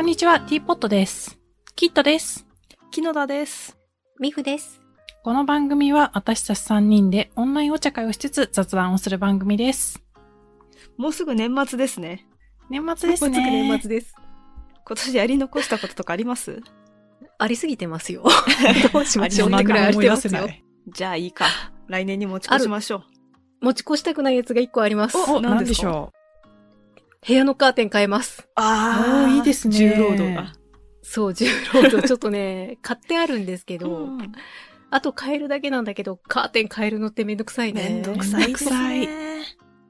んにちは、ティーポットです。キットです。木野田です。ミフです。この番組は私たち3人でオンラインお茶会をしつつ雑談をする番組です。もうすぐ年末ですね。年末ですね。もうすぐ年末です。今年やり残したこととかありますありすぎてますよ。 どうしましそょうんっなてくらいあり思い出ませすなよ。い。じゃあいいか。来年に持ち越しましょう。持ち越したくないやつが一個あります。お、何なんでですしかょ部屋のカーテン変えます。あおーいいですね重労働だ。そう、重労働。ちょっとね、買ってあるんですけど、うんあと変えるだけなんだけど、カーテン変えるのってめんどくさいね。めんどくさいですめんどね。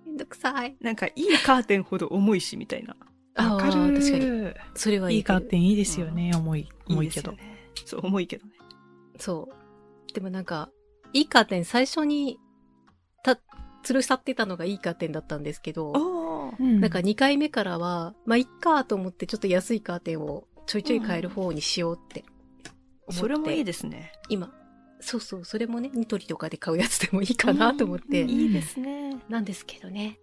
めんどくさい。なんかいいカーテンほど重いしみたいな。う。あわあ、か確る。かに。それはいいいカーテン。ンいいですよね。重い、重いですけど。よね。そう、重いけどね。そう。でもなんか、いいカーテン最初に、た、吊るさってたのがいいカーテンだったんですけど、おーななんか2回目からは、まあ、いっかと思って、ちょっと安いカーテンをちょいちょい変える方にしようって思って。それもいいで。ですね。今。そうそう、それもね、ニトリとかで買うやつでもいいかなと思っうんて。いいですね。なんですけどね。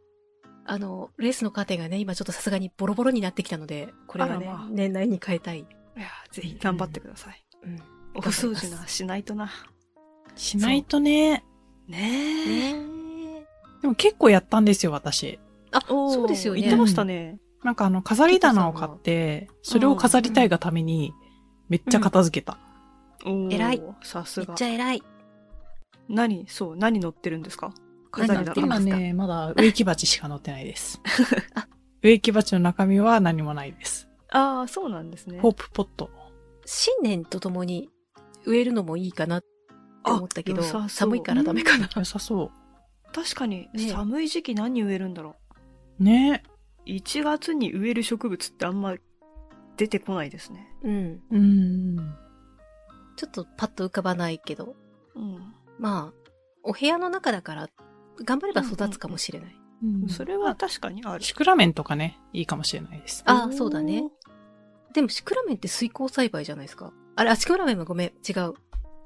あの、レースのカーテンがね、今ちょっとさすがにボロボロになってきたので、これはねあらまあ、年内に変えたい。いやー、ぜひ頑張ってください。うん。お掃除な、しないとな。しないとね。ねえ。ねえでも結構やったんですよ、私。あ、おーそうですよ言ってね。ましたね。なんかあの、飾り棚を買って、それを飾りたいがために、めっちゃ片付けた。おー偉い。さすめっがち。ゃ偉い。何、そう、何乗ってるんですか飾りだ何乗ってる今のね、まだ植木鉢しか乗ってない です。植木鉢の中身は何もないです。ああ、そうなんですね。ホープポット。新年とともに植えるのもいいかなって思ったけどあ良さそう、寒いからダメかな。良さそ確かに、ね寒い時期何植えるんだろう。ね。う。1月に植える植物ってあんま出てこないですね。うん。うん。ちょっとパッと浮かばないけど、うん。まあ、お部屋の中だから、頑張れば育つかもしれない。うんそれは確かにある。シクラメンとかね、いいかもしれないです。あそうだね。でも、シクラメンって水耕栽培じゃないですか。あれ、あ、シクラメンはごめん、違う。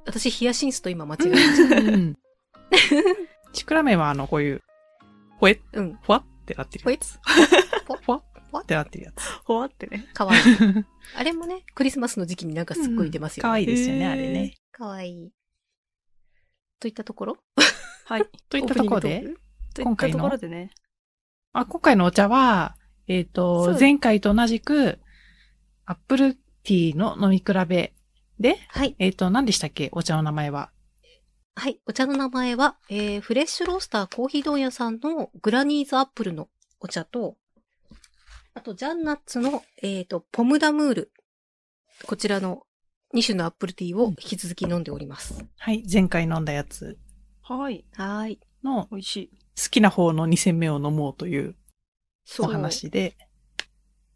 私、ヒヤシンスと今間違えまし うんシクラメンはあの、こういう、ほえ、た。 うん。ほわってなってるやつ。ほえほわほわってなってるやつ。ほわってね。かわいい。あれもね、クリスマスの時期になんか すっごい出ますよ、かわねいいですよね、へーあれね。かわいい。といったところ はい。といったところで、とい今っ回たのところでね。あ、今回のお茶は、えっ、そとう、前回と同じく、アップルティーの飲み比べで、はい。えっ、と、何でしたっけお茶の名前は。はい。お茶の名前は、えー、フレッシュロースターコーヒー問屋さんのグラニーズアップルのお茶と、あと、ジャンナッツの、えっ、と、ポムダムール。こちらの2種のアップルティーを引き続き飲んでおります。はい、前回飲んだやつはい。はーい。の美味しい。好きな方の2煎目を飲もうというおそう。話で。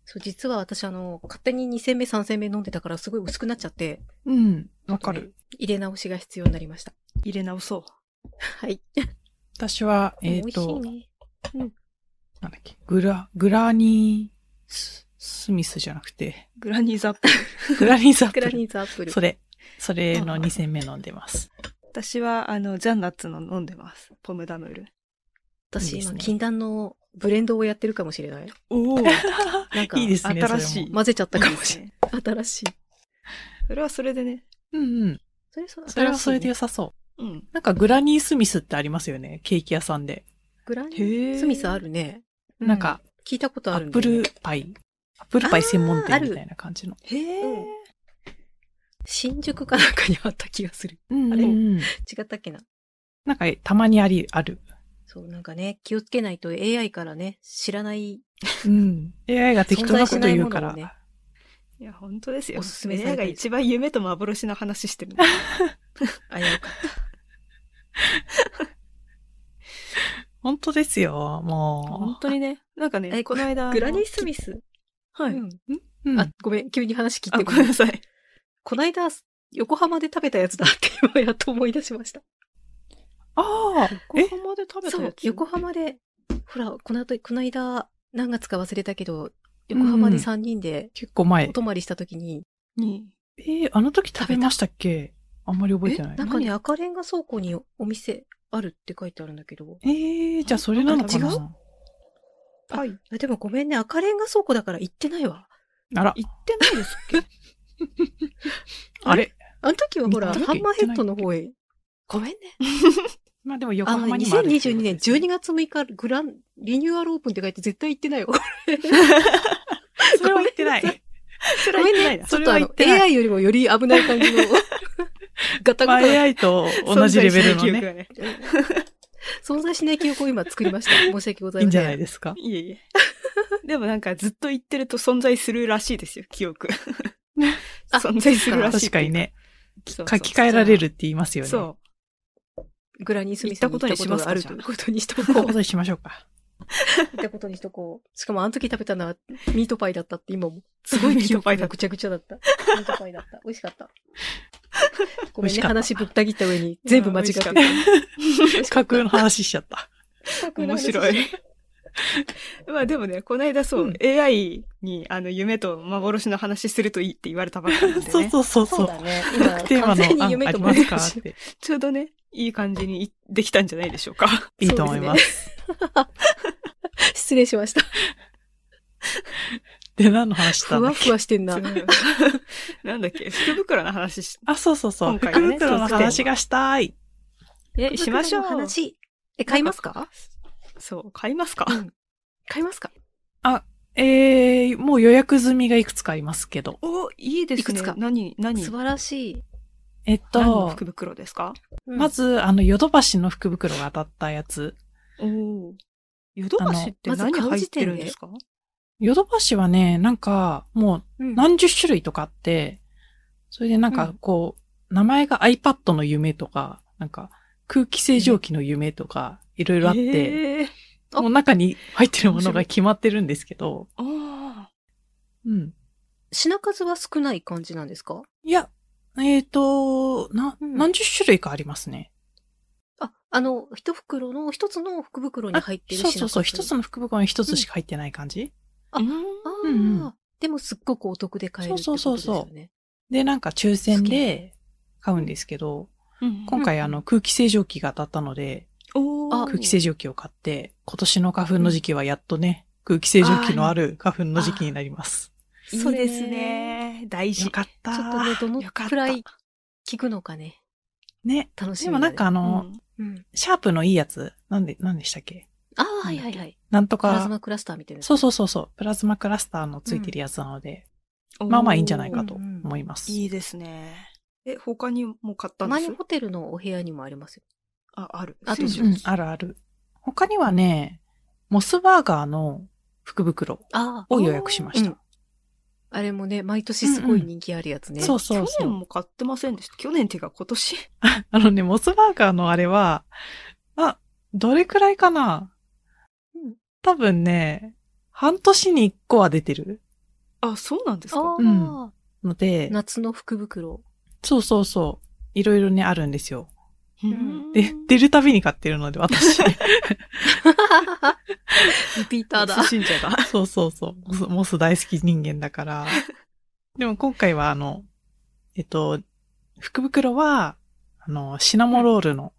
そう、実は私、あの、勝手に2煎目、3煎目飲んでたからすごい薄くなっちゃって、うん、わかる。入れ直しが必要になりました。 入れ直そう。はい。私は、えっ、美味しいと、ね。なんだっけ、グラ、グラニース、スミスじゃなくて、グラニーズアップ ル。グラニーザップグラル。ニーズアップル。それ、それのあ2煎目飲んでます。私は、あの、ジャンナッツの飲んでます。ポムダムール。私、いいです今、ね禁断のブレンドをやってるかもしれない。おお。なん か、いいですね。新しいそれも混ぜちゃったかもしれれない。ない。新しい。それはそれでね。うんうん。それそう、それはそれで新しいね良さそう。うん。なんかグラニースミスってありますよね。ケーキ屋さんで。グラニーへえ。スミスあ。るね。なんか、聞いたことアあるッんプだよねルパイ。アップルパイ専門あ店ーみたいな感じの。へえ。うん新宿かなんかにあった気がする。うんあれうん違ったっけな。なんか、たまにあり、ある。そう、なんかね、気をつけないと AI からね、知らない、うん。AI が適当なこと言うから。存在しないものをいや、本当ですよ。おすすめされ親たがり一番夢と幻の話してるんだ。あやうか。本当ですよ、も本当にね。なんかね、えこの間。 グラニースミミス、はい。うんう。うんあ、ごめん、急に話聞あ、いてごめごめんん。なさい。こないだ、横浜で食べたやつだって今やっと思い出しました。あーえ横浜で食べたそやう、つ横浜で、ほら、この後、こないだ、何月か忘れたけど、横浜で3人で結構前お。泊まりした時に、に。えー、あの時食べましたっけあんまり覚えてない。なんかね、赤レンガ倉庫にお店あるって書いてあるんだけど、えー、じゃあそれなのかなあ違はい。あでもごめんね、赤レンガ倉庫だから行ってないわ。あら、言ってないですっけあれ あの時はほら、見たハンマーヘッドの方へ。ごめんね。まあでも横あの、浜にもあるっていう2022年12月6日、グラン、リニューアルオープンって書いて絶対行ってないよ。それは言ってなごめんい。それは言ってないな。ちそょっれとはあ言のっ、てない AI よりもより危ない感 じの、ガタまあガタな、 AI と同じレベルの存在しない記憶ね、がね。存在しない記憶を今作りました。申し訳ございいいんまじせん。ゃないですか。いえいえ。でもなんかずっと言ってると存在するらしいですよ、記憶。あ存在するらしい確っていう。かにね、そうそう。書き換えられるって言いますよね。そグラニースミスに行ったことがあるということにしとこう。こういうこ行とにしましょうか。ったことにしとこう。しかもあの時食べたのはミートパイだったって今も。すごい記憶がぐちゃぐちゃだった。ミートパイだった。美味しかった。ごめん美味しね、かった話ぶった切った上に全部間違ってたいや。架空の話しちゃった。う。面白い。。 まあでもね、この間そう、うん AI にあの夢と幻の話するといいって言われたばっかなんで、ね、 そうそうそうそそうう。だね。トークテー今、マ完の全に案あ夢とり思まいす出かしって。ちょうどね、いい感じにいできたんじゃないでしょうか。いいと思います。失礼しました。で、何の話したふんだわっふけわしてんな。 なんだっけ、福袋の話しあ、そうそうそう。今福回はね袋の話がしたい。えしましょう話。え、買いますかそう、買いますか、うん買いますかえー、もう予約済みがいくつかありますけど。お、いいですね。いくつか何、何、素晴らしい。えっ何のと、福袋ですかうんま、ず、あの、ヨドバシの福袋が当たったやつ。おお。ヨドバシってあの何入ってるんですかヨドバシはね、なんか、もううん何十種類とかあって、それでなんうかこう、名前が iPad の夢とか、なんか空気清浄機の夢とか、いろいろあって、えーもう中に入ってるものが決まってるんですけど、あうん。品数は少ない感じなんですかいや、えっ、と、な、うん何十種類かありますね。あ、あの、一袋の、一つの福袋にあ入ってるそうそうそう、品数一つの福袋に一つしか入ってない感じ、あ。あうんああ、うんうんでもすっごくお得で買えるってこそうとそうですよそうね。で、なんか抽選で買うんですけど、今回あの空気清浄機が当たったので、おーあ空気清浄機を買って、今年の花粉の時期はやっとね、空気清浄機のある花粉の時期になります。いいです。ね。大事。よかった。ちょっとね、どのよかったくらい効くのかね。ね。楽しみでだもねなんかあの、うんうん。シャープのいいやつ、なんで、なんでしたっけああ、はいはいはい。なんとプラズか、マクラスターみたいな。そうそうそうそう、プラズマクラスターのついてるやつなので、おーまあまあいいんじゃないかとうんうん思います。いいですね。え、他にも買ったんでマすニホテルのお部屋にもありますよ。あ、ある。あと清いいうん浄機、あるある。他にはね、モスバーガーの福袋ああ、を予約しましおた。あれもね、毎年すごい人気あるやつね。そうそう去そう年。も買ってませんでした。去年っていうか今年。あのね、モスバーガーのあれは、あ、どれくらいかなうん多分ね、半年に1個は出てるあ、そうなんですかああ、うんので、夏の 福袋。そうそうそう。いろいろね、あるんですよ。うで、出るたびに買ってるので、 私。リピーターだ。信者だ。そうそうそうモス。モス大好き人間だ から。でも今回は、あの、えっと、福袋は、あの、シナモロールの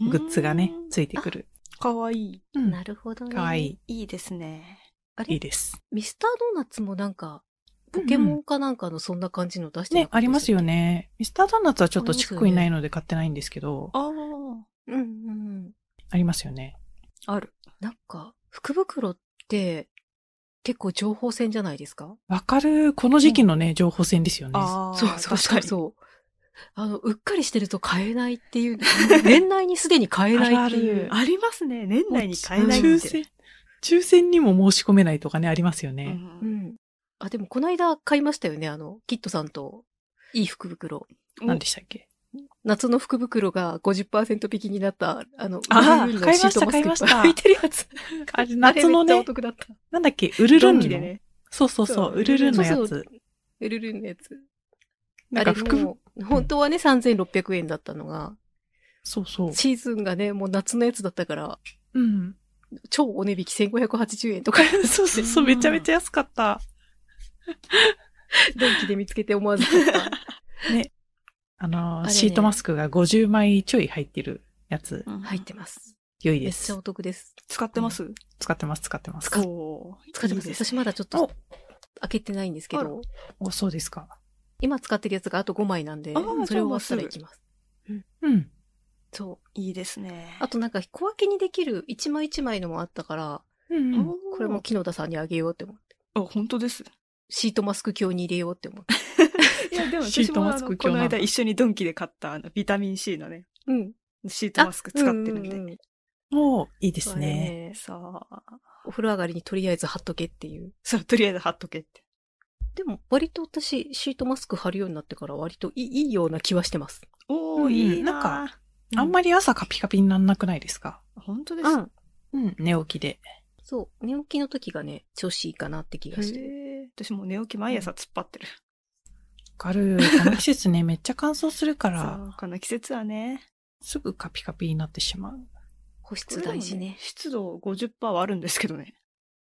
グッズがね、ついてくる。かわいい。うんなるほどね。かわいい。いいですね。あれいいです。ミスタードーナツもなんか、ポケモンかなんかのそんな感じの出してね、ありますよね。ね。ミスタードーナツはちょっと近くにないので買ってないんですけど、あああ。うんうんうん。りますよね。ある。なんか、福袋って、結構情報戦じゃないですかわかる、この時期のね、情報戦ですよね。あそうそうそうう。そう。あの、うっかりしてると買えないっていう、年内にすでに買えないっていう。ありますね。年内に買えない抽んで。選、抽選にも申し込めないとかね、ありますよね。う。うんあ、でもこの間買いましたよね。あの、キットさんと、いい福袋。ん何でしたっけ夏の福袋が50%引きになった、あの、あーブルーの買いましシたートマスク買いましたっ ぱい入ってるやつ。あれ、あれ夏のめっちゃおね、得だった。なんだっけ、ウルルドンンのキでね。そうそうそそうう、ウルルンのやそうそつ。ウルルンのやつ。なあんかれ服、も、本当はね、3600円だったのが、そうそう。シーズンがね、もう夏のやつだったから、うん。 超お値引き1580円と か、そうそうそう、うんめちゃめちゃ安かった。ドンキで見つけて思わず買った。あのあれねシートマスクが50枚ちょい入ってるやつ、入ってます。良いめでっちすゃお。得です。使ってます使ってます、使ってます。使ってます。す。私まだちょっと、開けてないんですけあらど、お、そうですか。今使ってるやつがあと5枚なんであー、それを終わったらいきます。うん。そう。いいですね。あとなんか小分けにできる1枚1枚のもあったから、うんうん。おーこれも木野田さんにあげようって思って。あ、本当です。シートマスク鏡に入れようって思って。いや、でもシ私ートもマあスクのこ今日のなんだ間一緒にドンキで買ったあのビタミン C のね、うん。シートマスク使ってるんうで。ううんおーいいですあれね。ねさあ、お風呂上がりにとりあえず貼っとけっていう。そう、とりあえず貼っとけって。でも、割と私、シートマスク貼るようになってから割といいいいような気はしてます。おうー、んいいなな。んか、うあんまり朝カピカピになんなくないですか本当です。うん。うん、寝起きで。そう。寝起きの時がね、調子いいかなって気がしてる。へえ私もう寝起き毎朝突っ張ってる。わかる。この季節ね、 めっちゃ乾燥するから、そうこの季節はね。すぐカピカピになってしまう。保湿大事ね。湿度50%はあるんですけどね。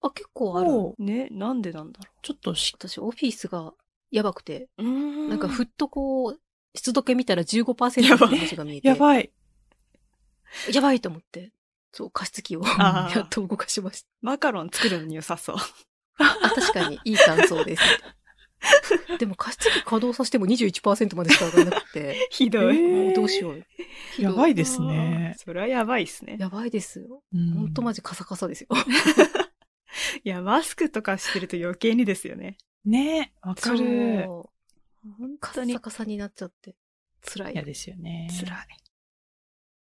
あ、結構ある。おーね、なんでなんだろちょっとし、私、オフィスがやばくて、う。うんなんかふっとこう、湿度計見たらや15%ばのい話が見えて、やばい。やばいと思って、そう、加湿器をあーやっと動かしました。マカロン作るのに良さそう。あ、確かにいい感想です。でも加湿器稼働させても21%までしか上がらな くて、ひどい。えーもうどうしよう。ひどやばいですねあー。それはやばいっすね。やばいですよ。うんほんとマジカサカサですよ。いや、マスクとかしてると余計にですよね。ねわかる。そう本カ当ッにサカサになっちゃって。辛い。嫌ですよね。辛い。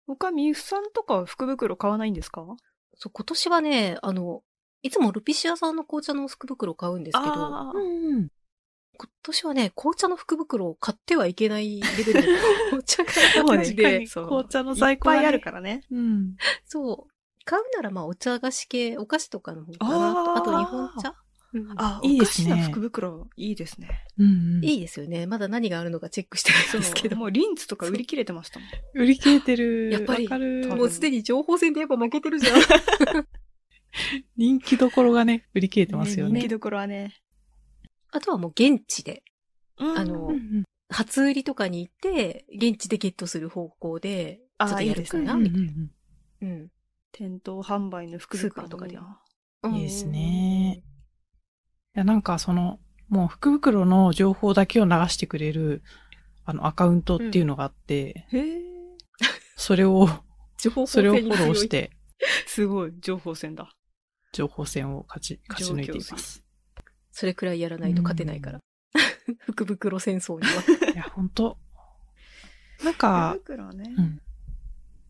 他、みゆきさんとかは福袋買わないんですかそう、今年はね、あの、いつもルピシアさんの紅茶の福袋を買うんですけど、あ今うんうん。年はね、紅茶の福袋を買ってはいけないレベル の紅茶がー、あそうるねん確かで、にそう紅茶の在庫いがねっぱいあるからね。うん。そう。買うならまあお茶菓子系、お菓子とかの方かなあーと。あと日本茶、うんあいいですねお菓子の福袋、いいですね。うんうん。いいですよね。まだ何があるのかチェックしてないんですけど。もうリンツとか売り切れてましたもん。売り切れてる。やっぱりわかる多分もうすでに情報戦でやっぱ負けてるじゃん。人気どころがね、売り切れてますよ人気ね。どころはね。 あとはもう現地で、ああのうんうん初売りとかに行って、現地でゲットする方向で、ちょあーっとやるかな。うんうんうん。店頭販売の福スー袋パーとかでもいいなうんいいですね。いや、なんかその、もう福袋の情報だけを流してくれる、あの、アカウントっていうのがあって、へえ、それを、情報それをフォにローし。て、すごい、情報戦だ。情報戦を勝ち、勝ち抜いています。それくらいやらないと勝てないから。 福袋戦争には。いや、本当なんか福、袋ね。うん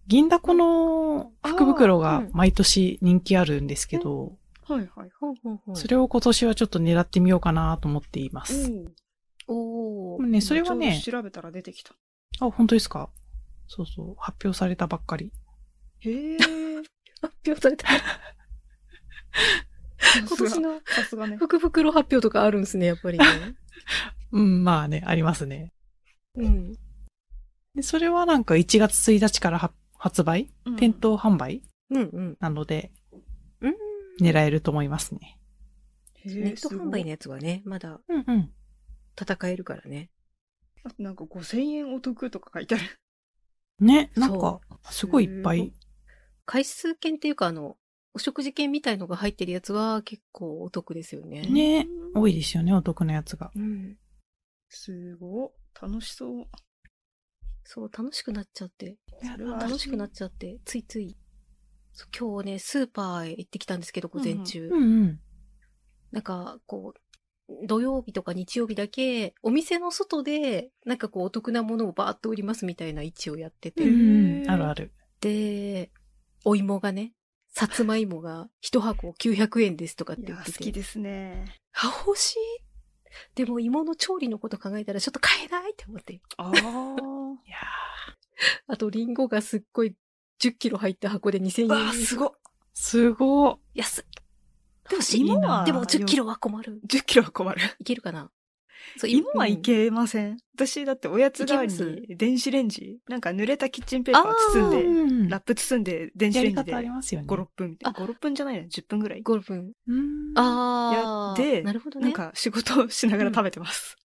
銀だこの福袋あがーうん毎年人気あるんですけど、はいはい。ほうほうほうそれを今年はちょっと狙ってみようかなと思っています。おおでもーね、それはね、調べたら出てきた。あ、本当ですかそうそう、発表されたばっかり。へえ。発表された。今年のさすがね。 福袋発表とかあるんですね、やっぱりね。うん、まあね、ありますね。うん。で、それはなんか1月1日からは発売店頭販売うんうん。なので、うん狙えると思いますね。へーネット販売のすやつはね、まだうんうん。戦えるからね。ごいあとなんか5000円お得とか書いてある。ね、なんかそ、すごいいっぱい。回数券っていうか、あの、お食事券みたいのが入ってるやつは結構お得ですよね。ねうん多いですよね、お得なやつが。うん。すごい。楽しそう。そう、楽しくなっちゃって。それは楽しくなっちゃって、ついつい。そう今日ね、スーパーへ行ってきたんですけど、午前中。うんうん。なんか、こう、土曜日とか日曜日だけ、お店の外で、なんかこう、お得なものをバーッと売りますみたいな位置をやってて。うんうんへーあるある。で、お芋がね、さつまいもが一箱900円ですとかってい言や、っ好てて。きですね。あ、欲しいでも芋の調理のこと考えたらちょっと買えないって思って。あ あ。いやあと、リンゴがすっごい10キロ入った箱で2000円。わあ、すごっ。ーすごっ。安い。でもい芋あは、でも10キロ。ロは困る。 10キロは困る。いけるかなそう芋はいうんけません。私だっておやつ代わりいけまに電子レンジ、なんか濡れたキッチンペーパー包うんで、んラップ包んで、電子やレりンジで方あり5、ますよね。 6分みたいな。あ5、6分じゃないね。10分ぐらい。ゴルフ。うん。ああ。やってなるほどね。なんか仕事をしながら食べてます。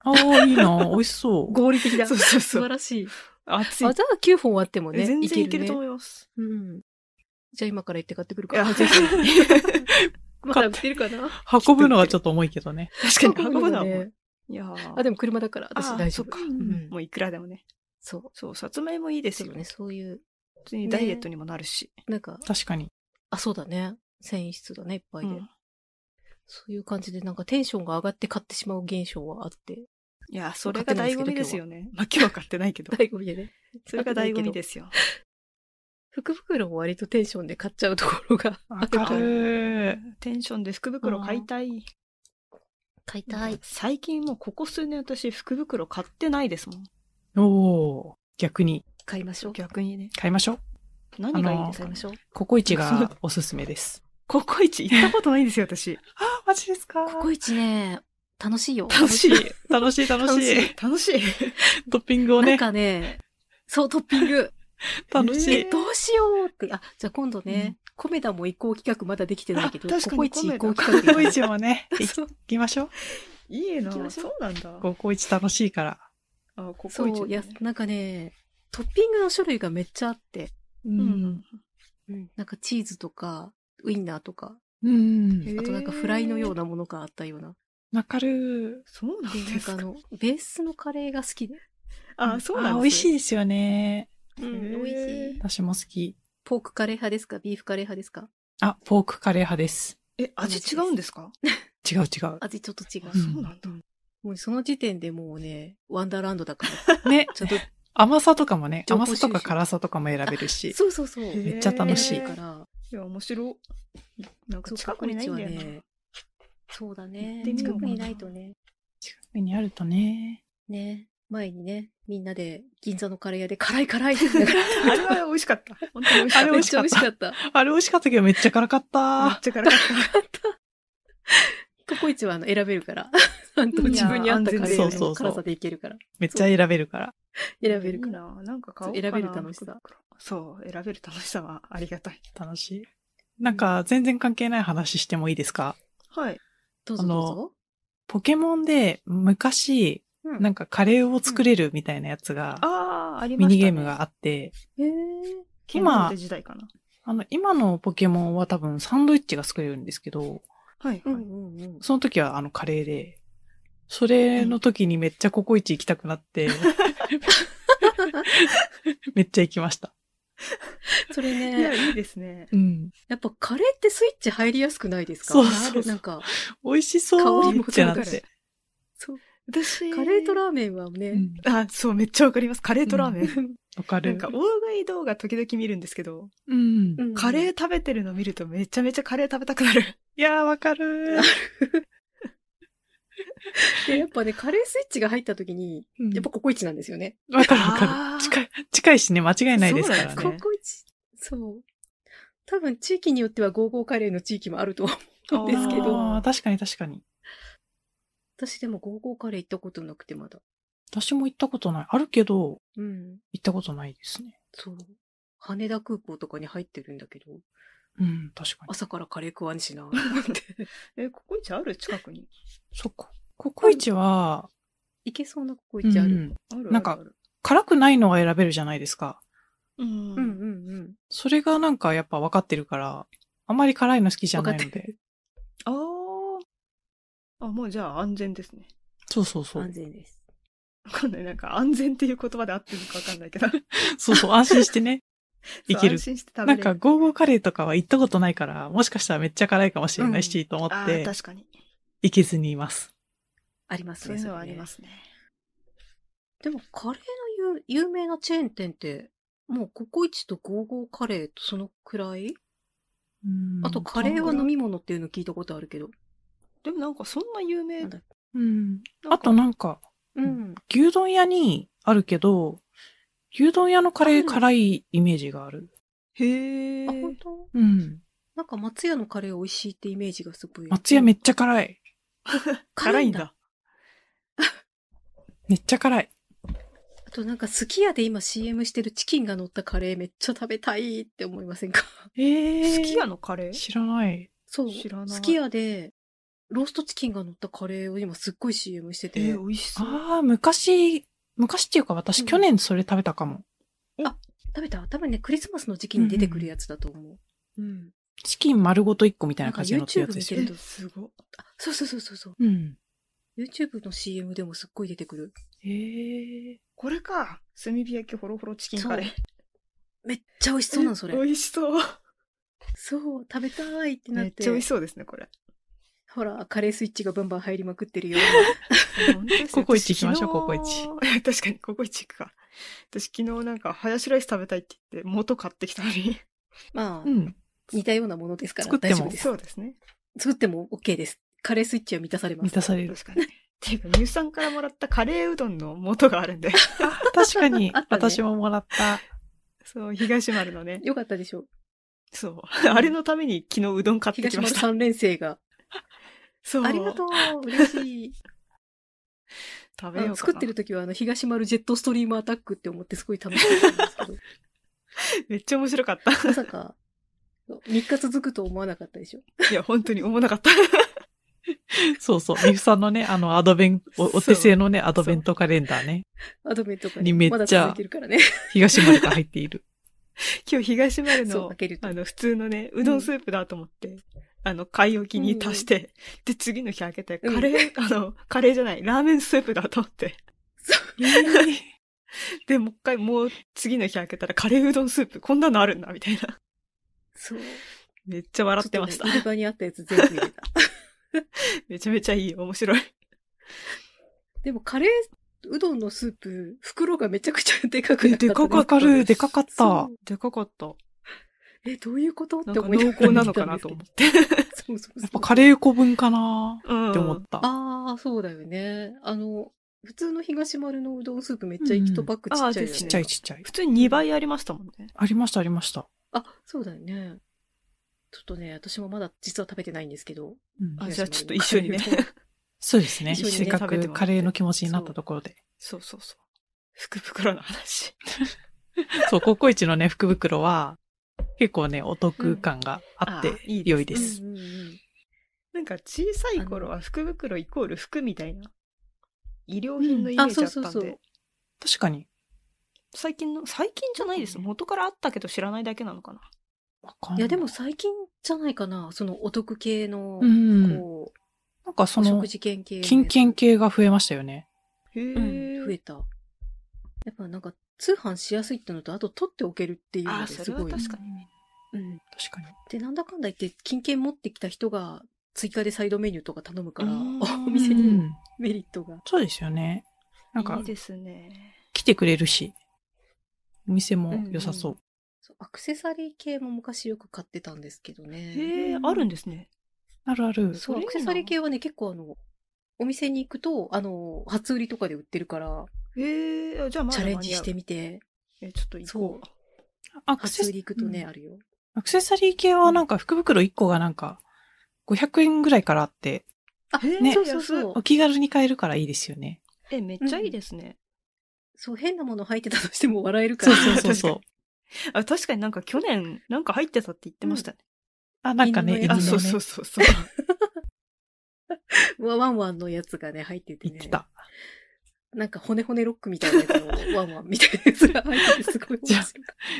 あー、いいな。美味しそう。合理的だ。そうそう素そ晴う。らしい。熱いあ、。じゃあ9本あってもね、全然いけるとね思います。うん。じゃあ今から行って買ってくるいかや、ら。ぜひ。 まだ売ってるかな運ぶのはちょっと重いけどね。確かに運ぶのはもねう。いやーあ、でも車だから、私あー大丈そっ夫か。うんもういくらでもね。そう。そう、さつまいもいいでですすよよね、ね。そういう、普通にダイエットにもなるし。なんか、確かに。あ、そうだね。繊維質だね、いっぱいで。うんそういう感じで、なんかテンションが上がって買ってしまう現象はあ って。いやー、それが醍醐味ですよね。まあ今日は買ってないけ ど。醍醐味でね。それが醍醐味ですよ。福袋も割とテンションで買っちゃうところがあわるかからる。テンションで福袋買いたい。買いたい。最近もうここ数年私福袋買ってないですもん。おおー逆に買いましょう。逆にね。買いましょう。何がいいですか買いねま。しょう。ココイチがおすすめです。ココイチ行ったことないんですよ、私。あ、マジですかココイチね、楽しいよ。楽しい。楽しい楽しい。楽しい。トッピングをなんね、かね、そう、トッピング。楽しえ、い。どうしようって。あ、じゃあ今度ね、コメダも移行企画まだできてないけど、あ確かにココイチ移行コ企画。コイチも ね、行そうきましょう。いい行きまなしょそうなんだ。ココイチ楽しいから。あ、ココイチそね。う、いや、なんかね、トッピングの種類がめっちゃあって、ううんん。なんかチーズとか、ウインナーとか、うん。あとなんかフライのようなものがあったような。わかる。そうなんで、でなんすかあか。の、ベースのカレーが好きで。あ、そうなんあです美味しいですよね。うへー美味しい。私も好き。ポポークカレー派ですかビーフカレー派ですかあ、ポークカレー派です。え、味違うんですか違う違う。味ちょっと違うあ。うそんうなんだ。もうその時点でもうね、ワンダーランドだから。ね、 ちょっと、甘さとかもね、情報甘収さ集とか辛さとかも選べる し、そうそうそう。へーめっちゃ楽しいだ。から、いや、面白い。なんかそう近くにないんだよココイチはなね。そうだね。行ってみよう近かなくにないとね。近くにあるとね。ね。前にね、みんなで銀座のカレー屋で辛い辛いって言いながら あれは美味しかった。本当に美味しかっあた。れめ美っ味しちかゃった美味しかった。あれ美味しかったけどめっちゃ辛かっ。めったちゃ辛かっココイチはあの選べるから。ちゃんと自分に合ったカレいやー安全ーですよねの辛さでいけるから。めっちゃ選べるから。た。選べるかいいら。な。なんか買おうそうかな選べる楽しさ。そう、選べる楽しさはありがたい。楽しい。なんか全然関係ない話してもいいですかはい。どうぞどうぞ。ポケモンで昔、うんなんかカレーを作れるみたいなやつが、ああ、ありまミした、ね。ニゲームがあって、へー今今、時代かな。あの、今のポケモンは多分サンドイッチが作れるんですけど、はい、うはんい。うんうん。その時はあのカレーで、それの時にめっちゃココイチ行きたくなって、めっちゃ行きました。それいや、ね、いいですね。うん。やっぱカレーってスイッチ入りやすくないですかそうそうそうなんか、美味しそう香りっもてなっわかてる。そう。私、カレーとラーメンはね、うんあ、そう、めっちゃわかります。カレーとラーメン。わか なるん。か、大食い動画時々見るんですけど、うん。うんカレー食べてるの見るとめちゃめちゃカレー食べたくなる。いやーわかる。でやっぱね、カレースイッチが入った時に、うんやっぱココイチなんですよね。わかるわかる。あー近い、近いしね、間違いないですからそうなんねで。ココイチ。そう。多分地域によってはゴーゴーカレーの地域もあるとは思うんですけど、あー確かに確かに。私でもゴーゴーカレー行ったことなくてまだ。私も行ったことない。あるけど、うん。行ったことないですね。そう。羽田空港とかに入ってるんだけど、うん、確かに。朝からカレー食わんしな と思って。え、ココイチある近くに。そっか。ココイチは、行けそうなココうイんチあうる。んあるなんか、辛くないのが選べるじゃないですか。うんうん、うん、うんそれがなんかやっぱ分かってるから、あんまり辛いの好きじゃないの分かってで。ああ。あ、もうじゃあ安全ですね。そうそうそ安う。全です。わかんない。なんか安全っていう言葉で合ってるのかわかんないけど。そうそう、安心してね。いけそう安る。心して食なべれんる。か、ゴーゴーカレーとかは行ったことないから、もしかしたらめっちゃ辛いかもしれないし、と思あっーて、確かに。行けずにいます。ありますそうね。いうのはそあれねりますね。でもカレーの有有名なチェーン店って、もうココイチとゴーゴーカレーとそのくらい、うんあとカレーは飲み物っていうの聞いたことあるけど。でもなんかそんな有名なんだっうん。なんかあとなんか、けうん。牛丼屋にあるけど、牛丼屋のカレあーる辛いイメージがある。へえあ、。本当うん。なんか松屋のカレー美味しいってイメージがすごい。松屋めっちゃ辛い。辛いん。だ。 めっちゃ辛い。あとなんかすき家で今 CM してるチキンが乗ったカレーめっちゃ食べたいって思いませんかええ好きやのカレー知らない。そう。知らないすき家でローストチキンが乗ったカレーを今すっごい CM してて。えー、美味しそう。ああ、昔、昔っていうか私、うん去年それ食べたかも。食べた多分ね、クリスマスの時期に出てくるやつだと思う。うん。チキン丸ごと1個みたいななんか感じになってるやつ YouTube で見すてよるね。とすごい。あそうそうそうそうそう。うん。 YouTube の CM でもすっごい出てくる。えー、これか。炭火焼きホロホロチキンカレー。めっちゃ美味しそうなの、それ。美味しそう。そう、食べたいってなめっ。ってちゃ美味しそうですね、これ。ほら、カレースイッチがバンバン入りまくって るよ。本当ですねココイチ行きましょう私ココイチ昨日いや確かに、ココイチ行くか。私昨日なんか、ハヤシライス食べたいって言って、元買ってきたの に。まあ、うん。似たようなものですから作って大も丈夫ですそ。うですね。作っても OK です。カレースイッチは満たされま満すた。される。確かに。っていうか、乳酸からもらったカレーうどんの元があるんで。あ、確かに あったね私ももらった。そう、東丸のね。よかったでしょう。そう。 あれのために昨日うどん買ってき東まし丸た。三連生が。そう。ありがとう嬉しい。食あべようかのな。作ってる時は、あの、東丸ジェットストリームアタックって思ってすごい楽しかったんですけど、めっちゃ面白かった。まさか、3日続くと思わなかったでしょ。いや、本当に思わなかった。 そうそう。ミフさんのね、あの、アドベン、おお手製のね、アドベントカレンダーね。アドベントとかにめっちゃまだ続いてるからね。東丸が入っている。今日東丸そう、の開、けるとあ。の、普通のね、うどんスープだと思って、あの、買い置きに足して、で、次の日開けて、うんカレー、 あの、カレーじゃない、ラーメンスープだと思って。 そうで、もう一回、もう次の日開けたら、カレーうどんスープ、こんなのあるんだ、みたいな。 そう。めっちゃ笑ってましちたょとね。売り場にあったやつ全部入れた。 めちゃめちゃいい、面白い。でもカレーうどんのスープ、袋がめちゃくちゃでかくなったね、でかかったねでかかったそうでかかった。え、どういうことっなてんか思い濃がら厚なのかなと思 って。 そうそうそう。やっぱカレー粉分かなうん。って思った。ああ、そうだよね。あの、普通の東丸のうどんスープめっちゃ一パックちっちゃいよね、うんあーちっちゃいちっちゃい。普通に2倍ありましたもんね。ありました、ありました。あ、そうだよね。ちょっとね、私もまだ実は食べてないんですけど。うんあじゃあちょっと一緒にね東丸のそうですね。一緒にねせっか食べてくもらってカレーの気持ちになったところで。そうそうそう。福袋の話。そう、ココイチのね、福袋は、結構ね、お得感があってうんあーいいです良いでカレす。ー うんうんうんなんか小さい頃は福袋イコール服みたいな。医療品のイメあ、ージそだうったそんうで、そう。確かに。最近の、最近じゃないです。元からあったけど知らないだけなのかな。わかんないいや、でも、最近じゃないかな。そのお得系の、うん。こう、なんかそおの食、事券系のやつ。金券系が増えましたよね。へえ、うん、増えた。やっぱなんか通販しやすいってのと、あと取っておけるっていうのあがあ、そすれはごい。確かにね。うん。確かに。で、なんだかんだ言って、金券持ってきた人が追加でサイドメニューとか頼むから、うーんおう店にもん。メリットが。そうですよね。なんいかい、ですね。来てくれるし、お店も良さそう。そうアクセサリー系も昔よく買ってたんですけどね。へえ、うんあるんですね。あるある。そそう、れいアいなクセサリー系はね、結構あの、お店に行くと、あの、初売りとかで売ってるから、へえ、じゃあまだチャレンジし間てにみて、合う。え、ちょっと行こう。アクセサ初売りリ行くとね、うんあるよ。アクセサリー系はなんか福袋1個がなんか、500円ぐらいからあって、あ、へーそうそうそうお。気軽に買えるからいいですよね。え、めっちゃいいですね。そう、変なもの入ってたとしても笑えるかそうら。そうそう そう。あ、確かになんか去年、なんか入ってたって言ってましたね。あ、なんかね、犬の犬あ、のねそうそうそうそう。 わワンワンのやつがね、入ってて言ね。ってた。なんか骨骨ロックみたいなやつのワンワンみたいなやつが入っててすごい面白い。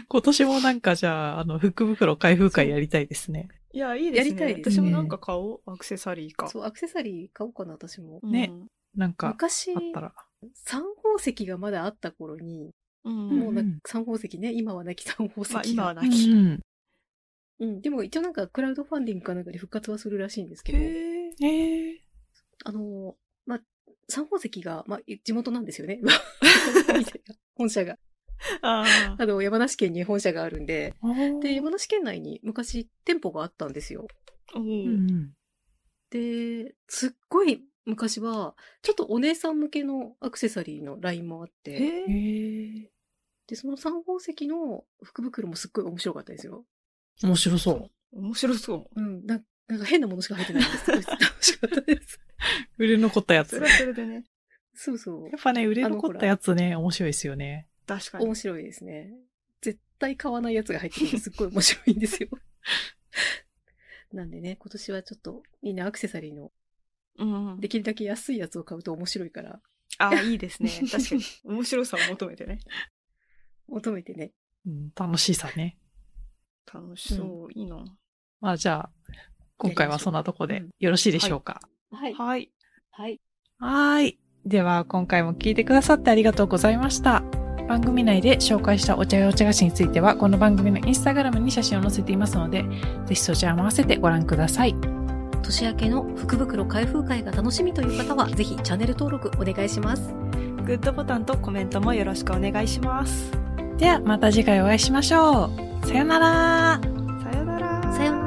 今年もなんかじゃあ、あの、福袋開封会やりたいですね。いや、いいですね。やりたいでね私すもなんか買おう。アクセサリーか。そう、アクセサリー買おうかな、私も。うんね。なんか、昔あ、ったら。三宝石がまだあった頃に、うん。もうなうん三宝石ね、今はなき三宝石まが。あ、今はうなき。ん。うん、でも一応なんかクラウドファンディングかなんかで復活はするらしいんですけど、へえ。えー、あの、まあ、三宝石が、まあ、地元なんですよ ね。お店が本社が。ああ。 あの、山梨県に本社があるんで、あーで、山梨県内に昔店舗があったんですよ。おうーん。で、すっごい昔は、ちょっとお姉さん向けのアクセサリーのラインもあっへて、ええ。ー、で、その三宝石の福袋もすっごい面白かったですよ。面白そう。面白そう。うん、ななんか変なものしか入ってないんです。すごい楽しかったです。売れ残ったやそつ。れやはそれでね。そうそうっ。ぱね、売れ残あのほったらやつね、面白いですよね。 確かに面。白いですね。絶対買わないやつが入ってるんですっごい面白いんですよ。 なんでね、今年はちょっとみんなアクセサリーのうんうんで。きるだけ安いやつを買うと面白いからあ あ、いいですね。確かに。面白さを求めてね。求めてね。うん、楽しさね。楽しそう。いいな。まあ、じゃあ、今回はそんなとこでよろしいでしょうか。はい。はい。はい。はーい。では、今回も聞いてくださってありがとうございました。番組内で紹介したお茶やお茶菓子については、この番組のインスタグラムに写真を載せていますので、ぜひそちらも合わせてご覧ください。年明けの福袋開封会が楽しみという方は、ぜひチャンネル登録お願いします。グッドボタンとコメントもよろしくお願いします。では、また次回お会いしましょう。さよならさよなら。さようなら。